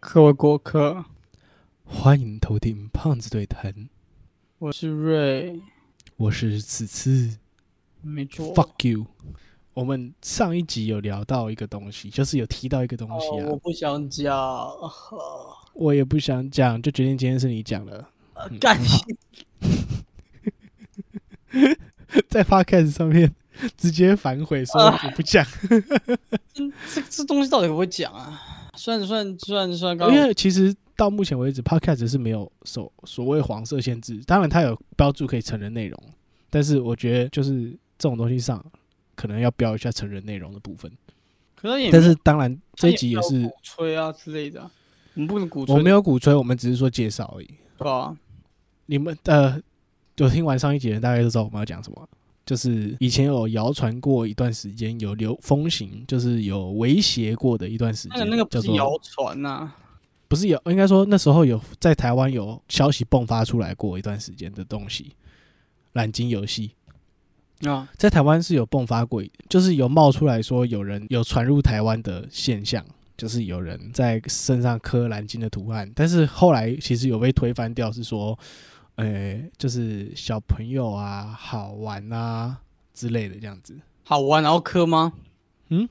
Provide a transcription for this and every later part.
克我果克，欢迎头顶胖子对谈，我是瑞，我是此次没错。 fuck you。我们上一集有聊到一个东西，就是有提到一个东西哦啊，我不想讲，我也不想讲，就决定今天是你讲了， 呃干你在 podcast 上面直接反悔说我不啊讲，这这东西到底可不可以讲啊？算算算算，刚因为其实到目前为止 podcast 是没有所所谓黄色限制，当然它有标注可以成人内容，但是我觉得就是这种东西上可能要标一下成人内容的部分，可是也但是当然这一他集也没有是鼓吹啊之类的，我们不能鼓吹，我没有鼓吹，我们只是说介绍而已。对吧？你们呃，有听完上一节的人大概都知道我们要讲什么，就是以前有谣传过一段时间，有流风行，就是有威胁过的一段时那间个，那个不叫是做谣传啊呐，不是有，应该说那时候有在台湾有消息迸发出来过一段时间的东西，蓝鲸游戏啊，在台湾是有迸发过，就是有冒出来说有人有传入台湾的现象。就是有人在身上刻蓝鲸的图案，但是后来其实有被推翻掉，是说呃，就是小朋友啊、好玩啊之类的这样子，好玩然后磕吗？嗯，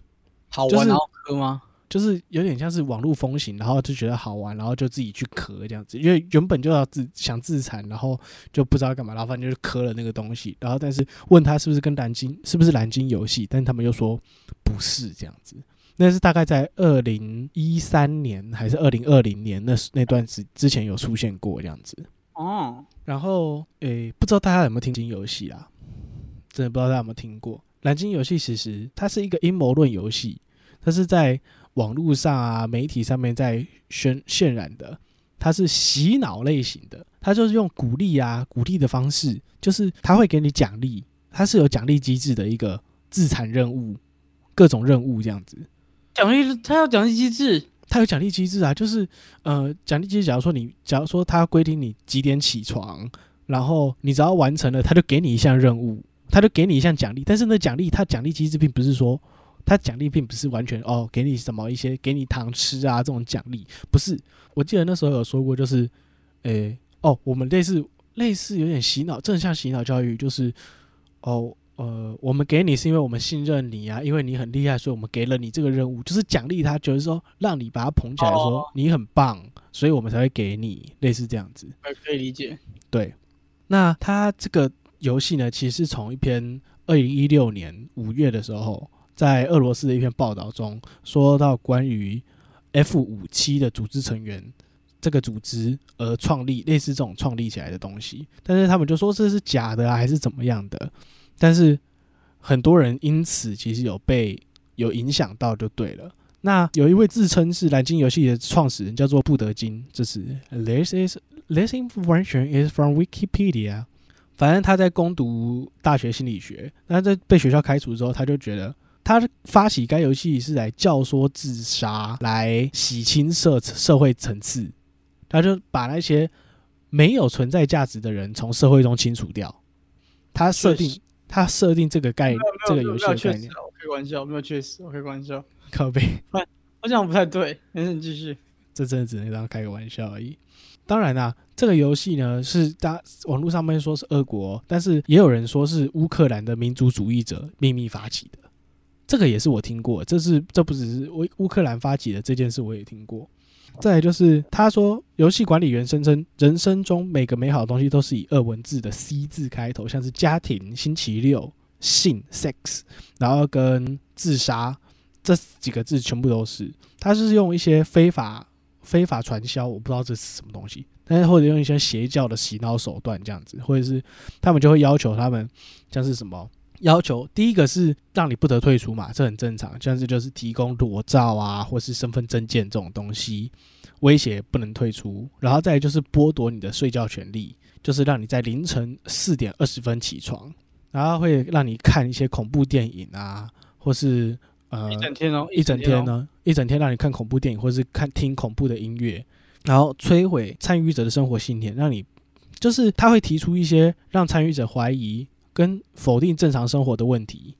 好就玩是然后磕吗？就是有点像是网络风行，然后就觉得好玩，然后就自己去磕这样子，因为原本就要自想自残，然后就不知道干嘛，然后反正就是磕了那个东西，然后但是问他是不是跟蓝鲸是不是蓝鲸游戏，但他们又说不是这样子。那是大概在二零一三年还是二零二零年那时那段时之前有出现过这样子，哦，然后，诶，不知道大家有没有听金游戏啊？真的不知道大家有没有听过蓝鲸游戏。其实它是一个阴谋论游戏，它是在网络上啊、媒体上面在渲渲染的，它是洗脑类型的，它就是用鼓励啊、鼓励的方式，就是它会给你奖励，它是有奖励机制的一个自产任务，各种任务这样子。奖励他要奖励机制，它有奖励机制啊，就是呃，奖励机制，假如说你，假如说它规定你几点起床，然后你只要完成了，它就给你一项任务，它就给你一项奖励。但是呢，奖励它奖励机制并不是说，它奖励并不是完全哦，给你什么一些给你糖吃啊这种奖励，不是。我记得那时候有说过，就是，诶、哦，我们类似类似有点洗脑，正向洗脑教育，就是哦。呃，我们给你是因为我们信任你啊，因为你很厉害，所以我们给了你这个任务，就是奖励他，就是说让你把他捧起来，说哦你很棒，所以我们才会给你，类似这样子。呃可以理解。对，那它这个游戏呢，其实是从一篇二零一六年五月的时候，在俄罗斯的一篇报道中说到关于 F 五七的组织成员这个组织而创立类似这种创立起来的东西，但是他们就说这是假的啊，还是怎么样的，但是很多人因此其实有被有影响到就对了。那有一位自称是蓝鲸游戏的创始人，叫做布德金，这是 This is This information is from Wikipedia。反正他在攻读大学心理学，那在被学校开除之后，他就觉得他发起该游戏是来教唆自杀，来洗清社社会层次，他就把那些没有存在价值的人从社会中清除掉。他设确实定他设定这个概这个游戏没有的确概实念，啊，我开玩笑，没有确实，我开玩笑。靠背。我讲不太对，但是你继续。这真的只能当开个玩笑而已。当然啦、这个游戏呢是大网络上面说是俄国，但是也有人说是乌克兰的民族主义者秘密发起的，这个也是我听过。这是这不只是乌乌克兰发起的这件事，我也听过。再来就是他说，游戏管理员声称，人生中每个美好的东西都是以俄文字的 C 字开头，像是家庭、星期六、性 （sex），然后跟自杀这几个字全部都是。他是用一些非法非法传销，我不知道这是什么东西，但是或者用一些邪教的洗脑手段这样子，或者是他们就会要求他们像是什么要求，第一个是让你不得退出嘛，这很正常，像是就是提供裸照啊或是身份证件这种东西，威胁不能退出，然后再来就是剥夺你的睡觉权利，就是让你在凌晨四点二十分起床，然后会让你看一些恐怖电影啊，或是呃一整天哦，一整天哦。呢，一整天让你看恐怖电影，或是看听恐怖的音乐，然后摧毁参与者的生活信念，让你就是他会提出一些让参与者怀疑跟否定正常生活的问题，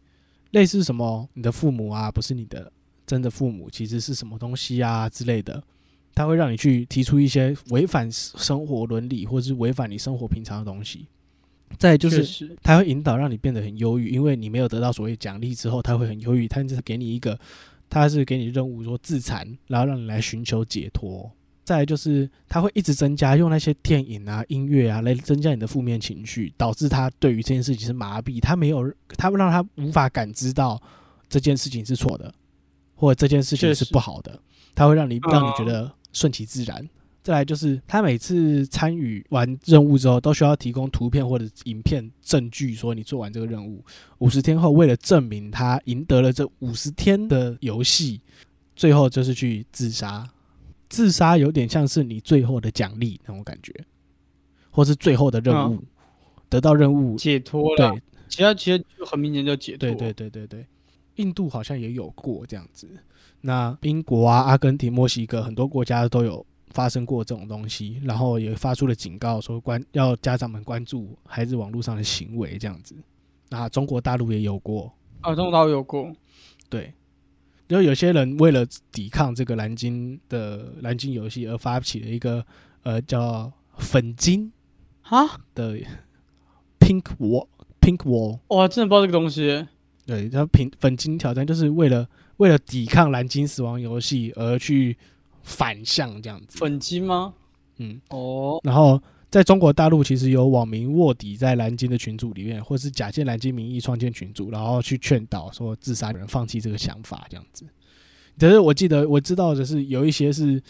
类似什么你的父母啊不是你的真的父母，其实是什么东西啊之类的，它会让你去提出一些违反生活伦理或是违反你生活平常的东西。再来就确是实它会引导让你变得很忧郁，因为你没有得到所谓奖励之后，它会很忧郁。它就是给你一个，它是给你任务说自残，然后让你来寻求解脱。再来就是它会一直增加用那些电影啊、音乐啊来增加你的负面情绪，导致他对于这件事情是麻痹，他没有，他让他无法感知到这件事情是错的，或者这件事情确是实不好的，它会让你嗯让你觉得顺其自然。再来就是，他每次参与完任务之后，都需要提供图片或者影片证据，说你做完这个任务。五十天后，为了证明他赢得了这五十天的游戏，最后就是去自杀。自杀有点像是你最后的奖励那种感觉，或是最后的任务，得到任务，解脱嗯了对，其他其实就很明显就解脱。对对对对对，印度好像也有过这样子。那英国啊、阿根廷、墨西哥很多国家都有发生过这种东西，然后也发出了警告，说关要家长们关注孩子网络上的行为这样子。那中国大陆也有过，啊，中岛有过，对，就有些人为了抵抗这个蓝鲸的蓝鲸游戏而发起了一个呃叫粉鲸啊，的 Pink Wall Pink Wall 哇，真的不知道这个东西。对，他平粉金挑战就是为了为了抵抗蓝鲸死亡游戏而去反向这样子。粉金吗？嗯，哦，然后在中国大陆其实有网民卧底在蓝鲸的群组里面，或是假借蓝鲸名义创建群组，然后去劝导说自杀的人放弃这个想法这样子。可是我记得我知道的是有一些是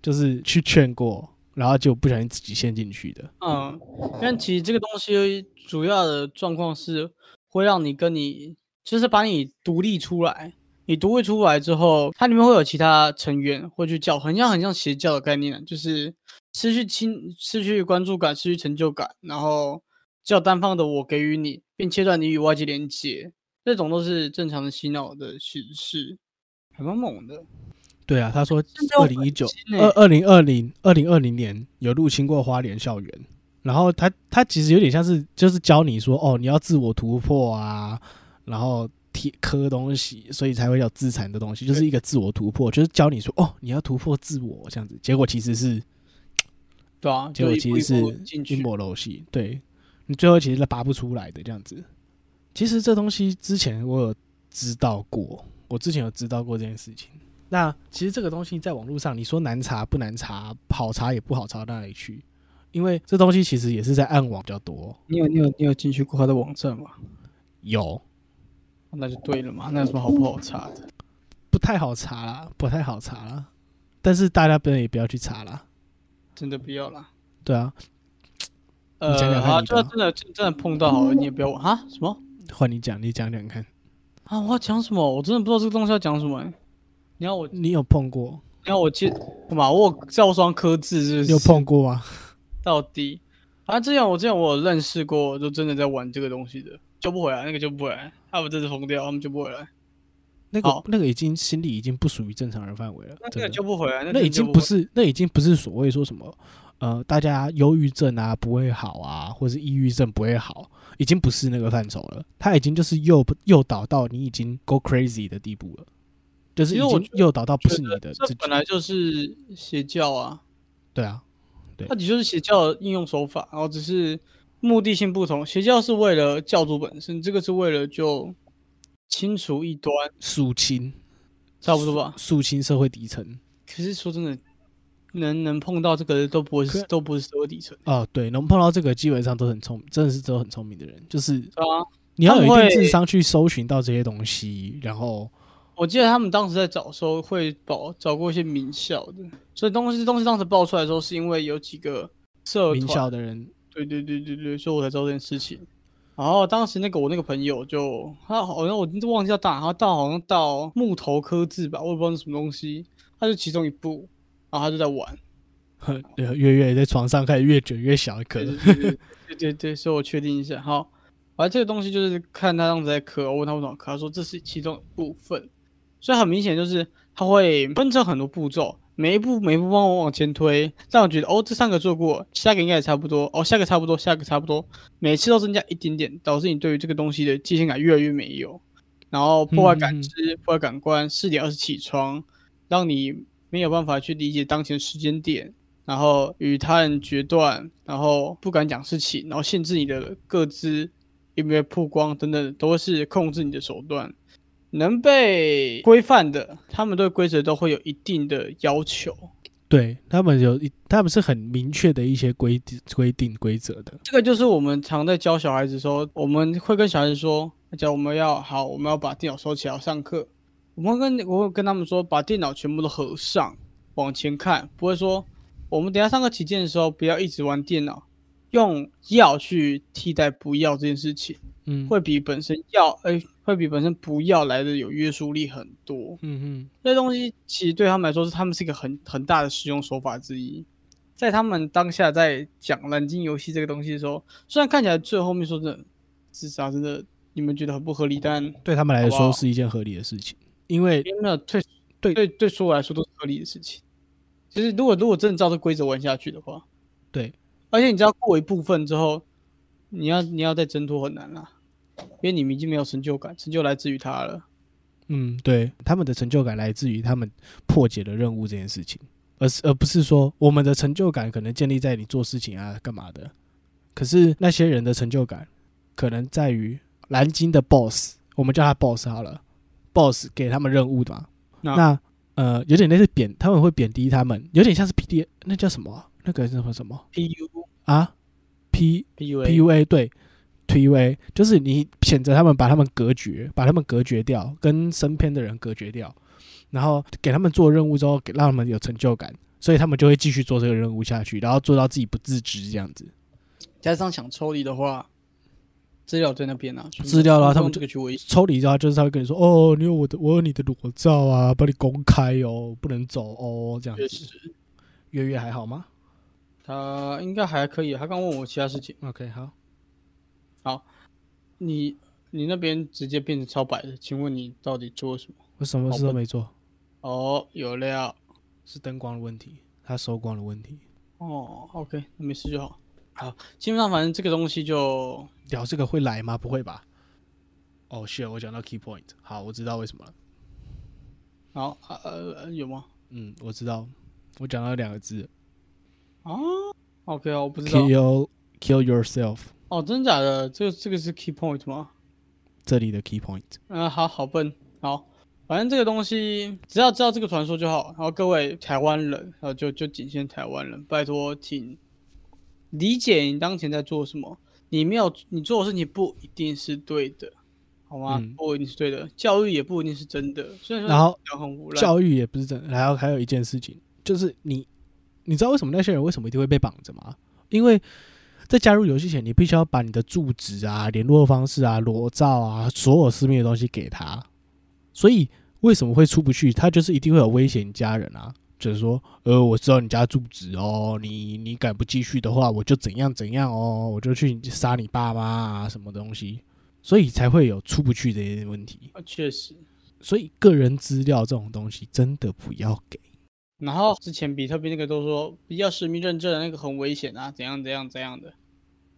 就是去劝过，然后就不小心自己陷进去的。嗯，但其实这个东西主要的状况是会让你跟你，就是把你独立出来。你独立出来之后，它里面会有其他成员会去叫，很像很像邪教的概念啊，就是失去亲、失去关注感、失去成就感，然后只有单方的我给予你，并切断你与外界连接，这种都是正常的洗脑的形式，还蛮猛的。对啊，他说真的二有零一九粉、金欸二二零二零、二零二零年有入侵过花莲校园，然后他他其实有点像是就是教你说哦，你要自我突破啊，然后贴磕东西，所以才会有自残的东西，就是一个自我突破，就是教你说哦，你要突破自我这样子，结果其实是对啊，结就果一其步一实步是进阴去，谋陋习，对你最后其实拔不出来的这样子。其实这东西之前我有知道过，我之前有知道过这件事情。那其实这个东西在网络上，你说难查不难查，好查也不好查到哪里去，因为这东西其实也是在暗网比较多。你有你有你有进去过他的网站吗？有那就对了嘛，那有什么好不好查的？不太好查啦，不太好查啦，但是大家不要也不要去查啦，真的不要啦。对啊，呃，讲讲看啊，你就要的真的真的碰到好了，你也不要啊什么换你讲，你讲讲看，啊？我要讲什么？我真的不知道这个东西要讲什么、欸。你要我，你你有碰过？要我记干嘛？我有照双科字是不你是？有碰过吗？到底？反正之前我之前我有认识过，就真的在玩这个东西的，救不回来，那个救不回来，他们真是疯掉，他们救不回来，那个好那个已经心理已经不属于正常人范围了，那真个的。救不回来，那那真的已经救不回来是，那已经不是所谓说什么，呃，大家忧郁症啊不会好啊，或是抑郁症不会好，已经不是那个范畴了。他已经就是诱诱导到你已经 go crazy 的地步了，就是其已实我经觉诱导到不是你觉得的自这己本。来就是邪教啊。对啊，对它的确是邪教的应用手法，然后只是目的性不同。邪教是为了教主本身，这个是为了就清除异端，肃清，差不多吧。肃清社会底层。可是说真的，能能碰到这个的都不可是都不是社会底层哦，对，能碰到这个基本上都很聪明，真的是都很聪明的人，就是啊。你要有一他定们会智商去搜寻到这些东西，然后我记得他们当时在找的时候会找找过一些名校的，所以东西东西当时爆出来的时候，是因为有几个社名团，校的人对对对对对，所以我才知道这件事情。然后当时那个我那个朋友就他好像我忘记叫大，他到好像到木头科技吧，我也不知道是什么东西，他就其中一部，然后他就在玩，呵 呃月月在床上开始越卷越小一颗对。对对对对对，所以我确定一下。好，反正这个东西就是看他当时在磕，我问他为什么磕，他说这是其中一部分，所以很明显就是他会分成很多步骤，每一步每一步帮我往前推，让我觉得哦这三个做过，下个应该也差不多，哦下个差不多，下个差不多，每次都增加一点点，导致你对于这个东西的界限感越来越没有，然后破坏嗯嗯感嗯知、破坏感官，四点二十起床，让你。没有办法去理解当前时间点，然后与他人决断，然后不敢讲事情，然后限制你的各自有没有曝光等等，都是控制你的手段。能被规范的，他们对规则都会有一定的要求。对他们有一，他们是很明确的一些规定、规定、规则的。这个就是我们常在教小孩子说，我们会跟小孩子说，讲我们要好，我们要把电脑收起来上课。我们会跟我会跟他们说，把电脑全部都合上，往前看，不会说我们等一下上课期间的时候，不要一直玩电脑，用要去替代不要这件事情，嗯，会比本身要，哎、会比本身不要来的有约束力很多。嗯这东西其实对他们来说是他们是一个很很大的使用手法之一。在他们当下在讲蓝鲸游戏这个东西的时候，虽然看起来最后面说真的自杀真的你们觉得很不合理，但哼，对他们来好不说好是一件合理的事情，因为因为没有对对对对，所有来说都是合理的事情。其实如果如果真的照这规则玩下去的话，对而且你知道过一部分之后，你要你要再挣脱很难啦、因为你们已经没有成就感，成就来自于他了。嗯，对，他们的成就感来自于他们破解了任务这件事情，而是而不是说我们的成就感可能建立在你做事情啊干嘛的，可是那些人的成就感可能在于蓝鲸的 boss，我们叫他 boss 好了，boss 给他们任务的嘛，那那呃有点类似贬，他们会贬低他们，有点像是 P D 那叫什么啊、那个什么什么 PU 啊 P PU PUA 对 PUA，就是你谴责他们，把他们隔绝，把他们隔绝掉，跟身边的人隔绝掉，然后给他们做任务之后，给让他们有成就感，所以他们就会继续做这个任务下去，然后做到自己不自知这样子。加上想抽离的话，资料在那边啊，资料啦然后他们这个去维抽离之后，就是他会跟你说：“哦，你有我的，我有你的裸照啊，把你公开哦，不能走哦，这样确子。实，”月月还好吗他应该还可以。他刚问我其他事情， ？OK，好。你你那边直接变成超白的，请问你到底做了什么？我什么事都没做，哦，有料是灯光的问题，他收光的问题。哦，OK，那没事就好。好，基本上反正这个东西就聊这个会来吗？不会吧？哦、是我讲到 key point，好，我知道为什么了。好啊呃呃有吗？嗯，我知道，我讲到两个字啊，OK 啊，我不知道。 ，kill kill yourself，哦，真的假的？这个这个是 key point 吗？这里的 key point。嗯、好好笨，好，反正这个东西只要知道这个传说就好。然后各位台湾人，然后就就仅限台湾人，拜托，请理解你当前在做什么。你没有你做的事情不一定是对的，好吗？嗯不一定是对的，教育也不一定是真的。虽然说然后讲很无赖，教育也不是真的，然后还有一件事情，就是你，你知道为什么那些人为什么一定会被绑着吗？因为在加入游戏前，你必须要把你的住址啊、联络方式啊、裸照啊，所有私密的东西给他。所以为什么会出不去？他就是一定会有威胁你家人啊，就是说，呃，我知道你家住址哦，你你敢不继续的话，我就怎样怎样哦，我就去杀你爸妈啊，什么东西，所以才会有出不去的一些问题。呃确实。所以个人资料这种东西真的不要给。然后之前比特币那个都说不要实名认证，那个很危险啊，怎样怎样怎样的。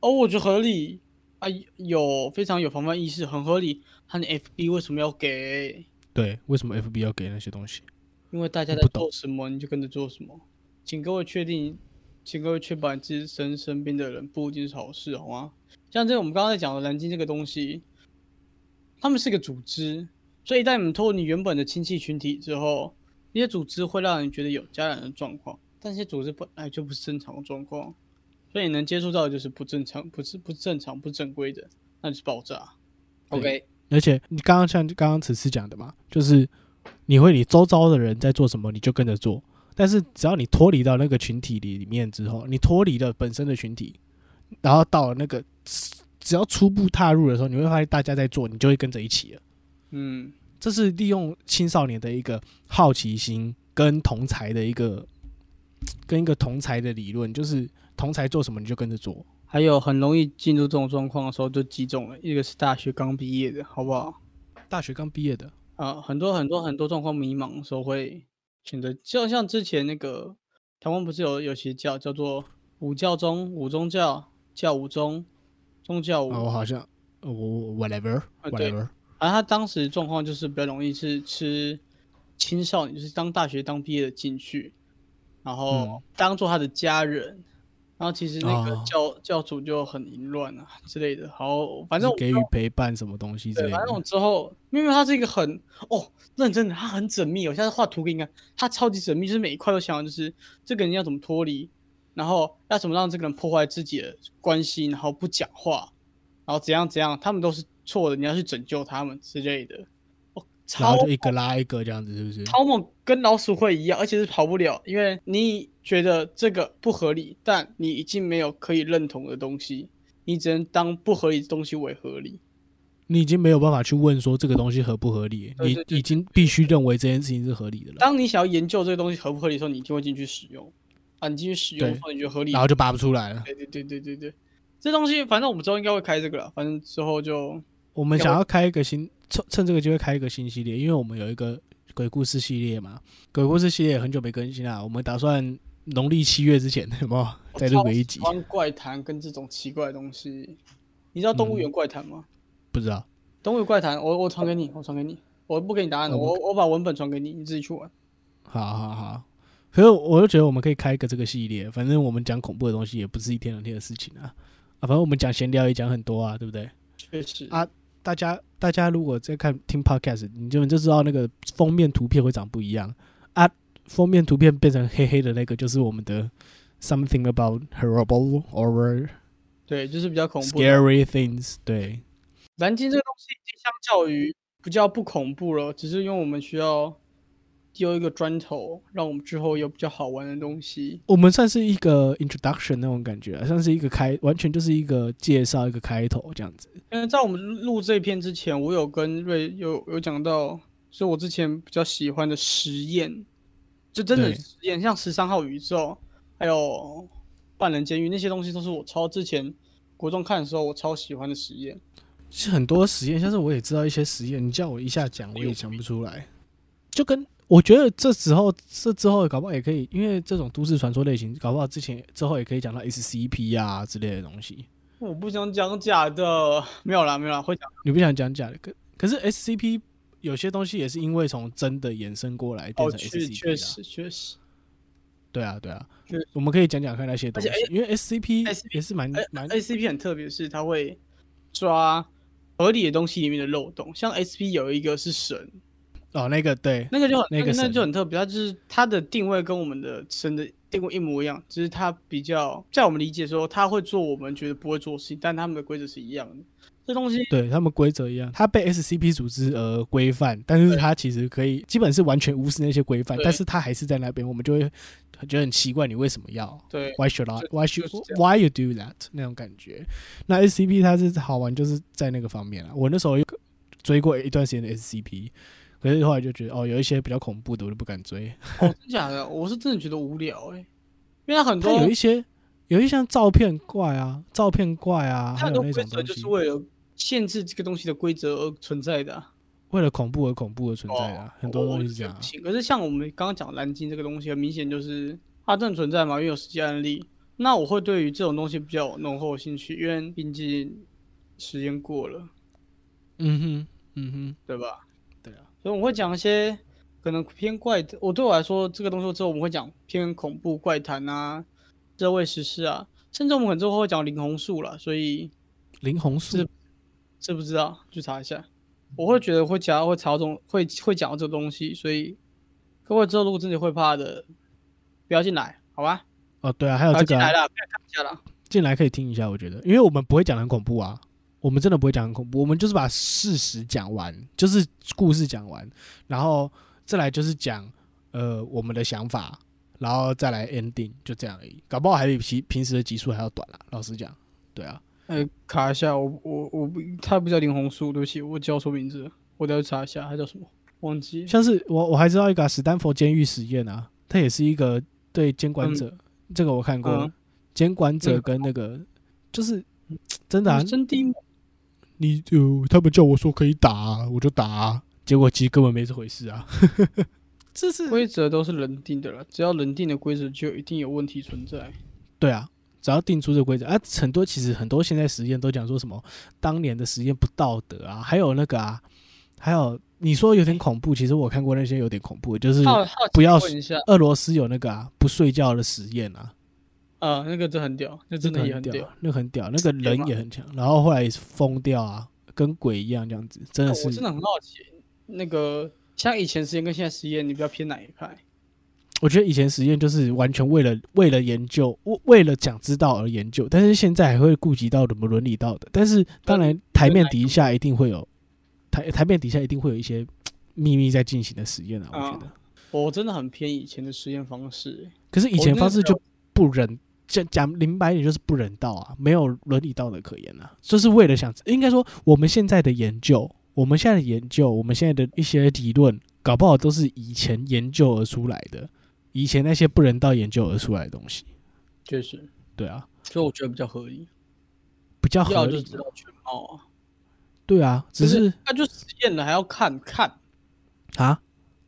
哦，我觉得合理啊，有非常有防范意识，很合理。他的 FB 为什么要给？对，为什么 FB 要给那些东西？因为大家在不懂做什么，你就跟着做什么。请各位确定，请各位确保你自身身边的人不一定是好事，好吗？像这个我们刚刚在讲的蓝鲸这个东西，他们是个组织，所以一旦你们脱离原本的亲戚群体之后，那些组织会让人觉得有家人的状况，但这些组织本来就不是正常的状况，所以你能接触到的就是不正常、不是不正常、不正规的，那就是爆炸。对 OK，而且你刚刚像刚刚此次讲的嘛，就是你会你周遭的人在做什么，你就跟着做。但是只要你脱离到那个群体里里面之后，你脱离了本身的群体，然后到了那个只要初步踏入的时候，你会发现大家在做，你就会跟着一起了。嗯，这是利用青少年的一个好奇心跟同才的一个跟一个同才的理论，就是同才做什么你就跟着做。还有很容易进入这种状况的时候，就几种了，一个是大学刚毕业的，好不好？大学刚毕业的，啊、很多很多很多状况迷茫的时候会选择，就像之前那个台湾不是有有邪教叫做五教宗、五宗教、教五宗、宗教五，哦，我好像我我 whatever 啊对 whatever，而他当时状况就是比较容易是吃青少年，就是当大学当毕业的进去，然后嗯当做他的家人。然后其实那个哦教、教主就很淫乱啊之类的，好，反反正正我给予陪伴什么东西之对，类反正我的。之后，因为它是一个很哦认真的，它很缜密哦。我下次画图给你看，它超级缜密，就是每一块都想好，就是这个人要怎么脱离，然后要怎么让这个人破坏自己的关系，然后不讲话，然后怎样怎样，他们都是错的，你要去拯救他们之类的。哦，然超后就一个拉一个这样子，是不是？超猛，跟老鼠会一样，而且是跑不了，因为你觉得这个不合理，但你已经没有可以认同的东西，你只能当不合理的东西为合理。你已经没有办法去问说这个东西合不合理，对你对对已经必须认为这件事情是合理的了，当你想要研究这个东西合不合理的时候，你一定会进去使用啊，你进去使用对的时候你觉得合理然，后就拔不出来了。对对对对对对，这东西反正我们之后应该会开这个了，反正之后就我们想要开一个新，趁趁这个机会开一个新系列，因为我们有一个鬼故事系列嘛，鬼故事系列很久没更新啦，我们打算农历七月之前，有没有再录个一集我？超喜欢怪谈跟这种奇怪的东西。你知道动物嗯园怪谈吗？不知道，动物园怪谈，我我传给你，我传给你，我不给你答案，哦我我把文本传给你，你自己去玩。好好好。可是我就觉得我们可以开一个这个系列，反正我们讲恐怖的东西也不是一天两天的事情啊，啊，反正我们讲闲聊也讲很多啊，对不对？确实啊大家大家如果在看听 podcast，你就你就知道那个封面图片会长不一样啊。封面图片变成黑黑的那个，就是我们的 something about horrible or 对，就是比较恐怖的。 scary things。对，蓝鲸这个东西已经相较于不叫不恐怖了，只是因为我们需要丢一个砖头，让我们之后有比较好玩的东西。我们算是一个 introduction 那种感觉啊，算是一个开，完全就是一个介绍，一个开头这样子。嗯，在我们录这篇之前，我有跟瑞有有讲到，是我之前比较喜欢的实验，就真的对实验，像十三号宇宙，还有半人监狱那些东西，都是我超之前国中看的时候我超喜欢的实验。其实很多实验，像是我也知道一些实验，你叫我一下讲，我也讲不出来。就跟我觉得这之后，这之后搞不好也可以，因为这种都市传说类型，搞不好之前之后也可以讲到 SCP 啊之类的东西。我不想讲假的，没有啦，没有啦，会讲你不想讲假的，可可是 SCP 有些东西也是因为从真的衍生过来变哦，成确确 SCP 啊。实确实，对啊，对啊确实，我们可以讲讲看那些东西而且，哎因为 SCP SCP 也是蛮哎嗯蛮 A C P 很特别的是，它会抓合理的东西里面的漏洞，像 S P 有一个是神，哦那个对那个就很那那个神就很特别，它就是它的定位跟我们的神的定位一模一样，只是它比较在我们理解说，它会做我们觉得不会做的事情，但他们的规则是一样的。这东西对，他们规则一样，它被 SCP 组织而规范，但是它其实可以基本是完全无视那些规范，对但是它还是在那边，我们就会觉得很奇怪，你为什么要？对 Why should I? 就 Why 就是 should 这 Why you do that? 那种感觉。那 SCP 它是好玩，就是在那个方面啊。我那时候有追过一段时间的 SCP，可是后来就觉得哦，有一些比较恐怖的我就不敢追。哦，真假的，我是真的觉得无聊哎、因为它很它多有一些有一些像照片怪啊，照片怪啊，它还很有多那规种则东就西是，为了限制这个东西的规则而存在的啊、哦为了恐怖而恐怖而存在啊，很多我东我西是是这觉得样啊不。行，可是像我们刚刚讲蓝鲸这个东西，很明显就是它真的存在嘛，因为有实际案例。那我会对于这种东西比较有浓厚的兴趣，因为毕竟实验过了，嗯哼，嗯哼，对吧？对啊，所以我会讲一些可能偏怪的。我对我来说，这个东西之后我们会讲偏恐怖怪谈啊、社会时事啊，甚至我们可能之后会讲林红树啦。所以林红树是知不知道？去查一下。我会觉得会讲到会查到这种会会讲到这个东西，所以各位之后如果真的会怕的，不要进来，好吧？哦，对啊，还有不要这进个啊来啦，不要看一下啦。进来可以听一下，我觉得，因为我们不会讲得很恐怖啊，我们真的不会讲得很恐怖，我们就是把事实讲完，就是故事讲完，然后再来就是讲呃我们的想法，然后再来 ending，就这样而已。搞不好还比平平时的集数还要短啦、老实讲，对啊，呃，卡一下，我我我不，他不叫林红树，对不起，我叫错名字了，我等下去查一下，他叫什么？忘记。像是我我还知道一个啊、史丹佛监狱实验啊，它也是一个对监管者，这个我看过，嗯监管者嗯跟那个就是。真的、啊，真低迷，你就他们叫我说可以打、啊我就打、结果其实根本没这回事啊。 这是规则都是人定的了，只要人定的规则，就一定有问题存在。对啊，只要定出这个规则啊，很多其实很多现在实验都讲说什么当年的实验不道德啊，还有那个啊，还有你说有点恐怖，其实我看过那些有点恐怖，就是好好奇不要问一下，俄罗斯有那个啊不睡觉的实验啊，呃，那个真的很屌，那真那的个也很很屌。，啊那个很屌，那个人也很强，然后后来也是疯掉啊，跟鬼一样这样子，真那的是哦我真的很好奇，那个像以前实验跟现在实验，你比较偏哪一派？我觉得以前实验就是完全为了为了研究，为为了想知道而研究，但是现在还会顾及到什么伦理道德。但是当然，台面底下一定会有台台面底下一定会有一些嘖秘密在进行的实验啊，我啊觉得。我真的很偏以前的实验方式、可是以前方式我真的就不人讲讲明白一点，就是不人道啊，没有伦理道德可言啊，就是为了想应该说我们现在的研究，我们现在的研究，我们现在的一些理论，搞不好都是以前研究而出来的，以前那些不人道研究而出来的东西。确实，对啊，所以我觉得比较合理。比较合要就理知。道全貌啊，对啊，只就是那就实验了还要看看，啊，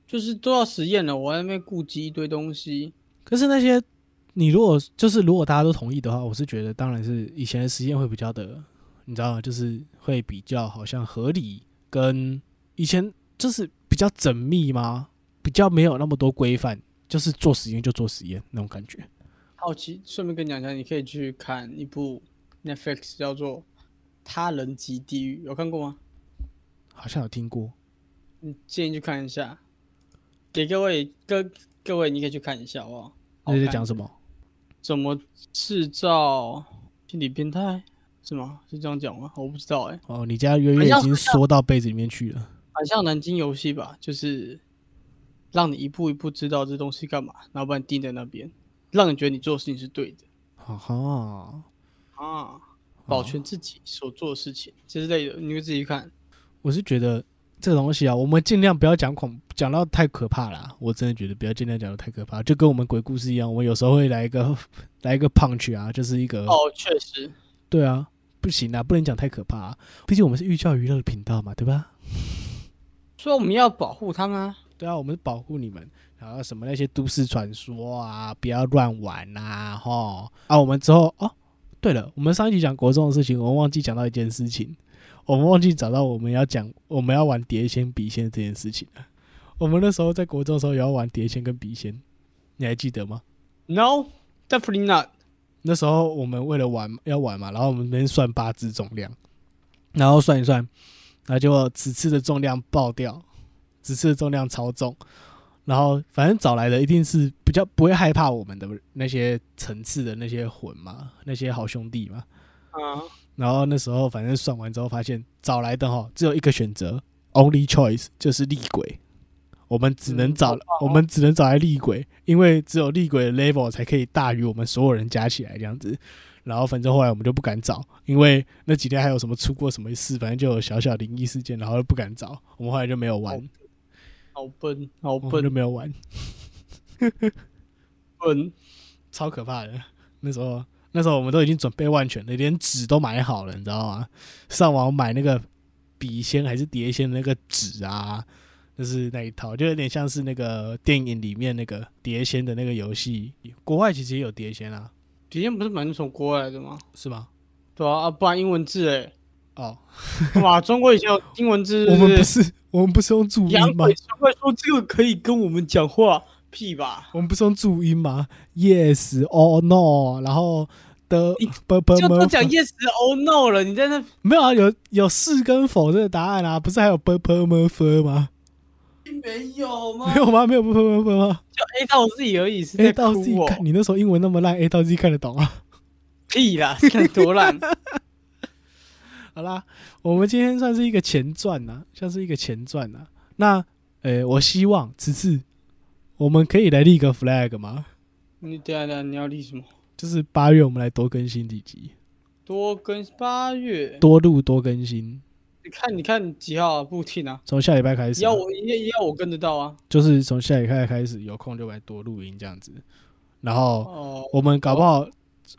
就是都要实验了，我还在那边顾及一堆东西。可是那些你如果就是如果大家都同意的话，我是觉得当然是以前的实验会比较的，你知道吗？就是会比较好像合理，跟以前就是比较缜密嘛，比较没有那么多规范，就是做实验就做实验那种感觉。好奇，顺便跟你讲一下，你可以去看一部 Netflix 叫做《他人及地狱》，有看过吗？好像有听过，嗯，建议去看一下，给各位各各位你可以去看一下，好不好？那在好看讲什么？怎么制造心理变态是吗？是这样讲吗？我不知道哎、哦，你家月月已经缩到被子里面去了。很像南京游戏吧，就是让你一步一步知道这东西干嘛，然后把你定在那边，让你觉得你做的事情是对的哈哈，啊，哦保全自己所做的事情之类的，你会自己看。我是觉得这个东西啊，我们尽量不要讲恐，讲到太可怕啦。我真的觉得不要尽量讲到太可怕，就跟我们鬼故事一样，我们有时候会来一个 来一个 punch 啊，就是一个、哦，确实，对啊，不行啊，不能讲太可怕、啊，毕竟我们是寓教于乐的频道嘛，对吧？所以我们要保护他们啊。对啊，我们保护你们，然后什么那些都市传说啊，不要乱玩啊，吼啊，我们之后哦，对了，我们上一集讲国中的事情，我们忘记讲到一件事情，我们忘记找到我们要讲我们要玩碟仙笔仙这件事情了。我们那时候在国中的时候也要玩碟仙跟笔仙，你还记得吗？ No, definitely not。那时候我们为了玩要玩嘛，然后我们那边算八字重量，然后算一算，然后结果此次的重量爆掉，此次的重量超重，然后反正找来的一定是比较不会害怕我们的那些层次的那些魂嘛，那些好兄弟嘛。啊，然后那时候反正算完之后发现找来的哈只有一个选择，only choice 就是厉鬼。我们只能找，嗯好我们只能找来厉鬼，因为只有厉鬼的 level 才可以大于我们所有人加起来这样子。然后反正后来我们就不敢找，因为那几天还有什么出过什么事，反正就有小小灵异事件，然后就不敢找。我们后来就没有玩好，好笨，好我们笨就没有玩，笨。超可怕的。那时候那时候我们都已经准备万全了，连纸都买好了，你知道吗？上网买那个笔仙还是碟仙的那个纸啊，就是那一套，就有点像是那个电影里面那个碟仙的那个游戏。国外其实也有碟仙啊，底线不是蛮是从国外来的吗？是吗？对啊，啊不然英文字哎、 哦，哇，中国以前有英文字 我是不们是不是我们不是用注洋音吗鬼？才会说这个可以跟我们讲话，屁吧？我们不是用注音吗？Yes or no，然后的你不不就都不，讲 yes or no 了，你在那没有啊，有有是跟否这个答案啊，不是还有 b p m f 吗？没有吗 没有吗？没有 b p m f 吗 就 A 到 Z 而已，是在 ？A 到 Z 哭哦、看，你那时候英文那么烂，A 到 Z 看得懂啊？ 屁啦， 看多烂。好啦，我们今天算是一个前传呐、像是一个前传呐、啊那呃，我希望此次我们可以来立个 flag 吗？你等一下等一下，你要立什么？就是八月我们来多更新几集，多跟八月，多录多更新，你看你看几号啊？不听啊，从下礼拜开始啊、要我也要我跟得到啊。就是从下礼拜开始有空就来多录音这样子，然后。哦，我们搞不好，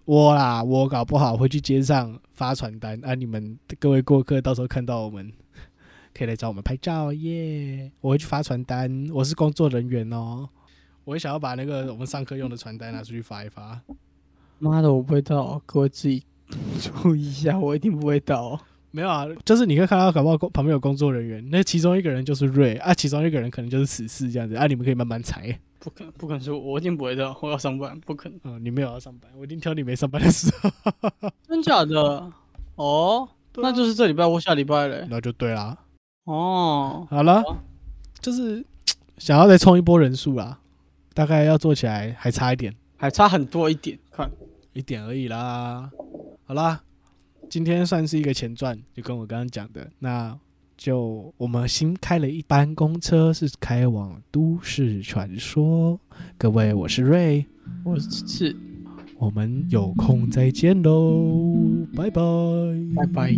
我啦，我搞不好会去街上发传单啊！你们各位过客到时候看到我们， 可以来找我们拍照耶！我会去发传单，我是工作人员哦，我会想要把那个我们上课用的传单拿出去发一发。妈的，我不会到，各位自己注意一下，我一定不会到。没有啊，就是你可以看到搞不好旁边有工作人员，那其中一个人就是瑞啊，其中一个人可能就是死士这样子啊，你们可以慢慢猜。不可能，不可能是我，我一定不会的，我要上班，不可能，嗯，你没有要上班，我一定挑你没上班的时候， 真假的？哦，对啊那就是这礼拜或下礼拜嘞。那就对啦。哦，好了好啊，就是想要再冲一波人数啦，大概要做起来还差一点，还差很多一点，看一点而已啦。好啦，今天算是一个前传，就跟我刚刚讲的，那就我们新开了一班公车，是开往都市传说。各位，我是瑞，我是我们有空再见喽，拜拜。拜拜。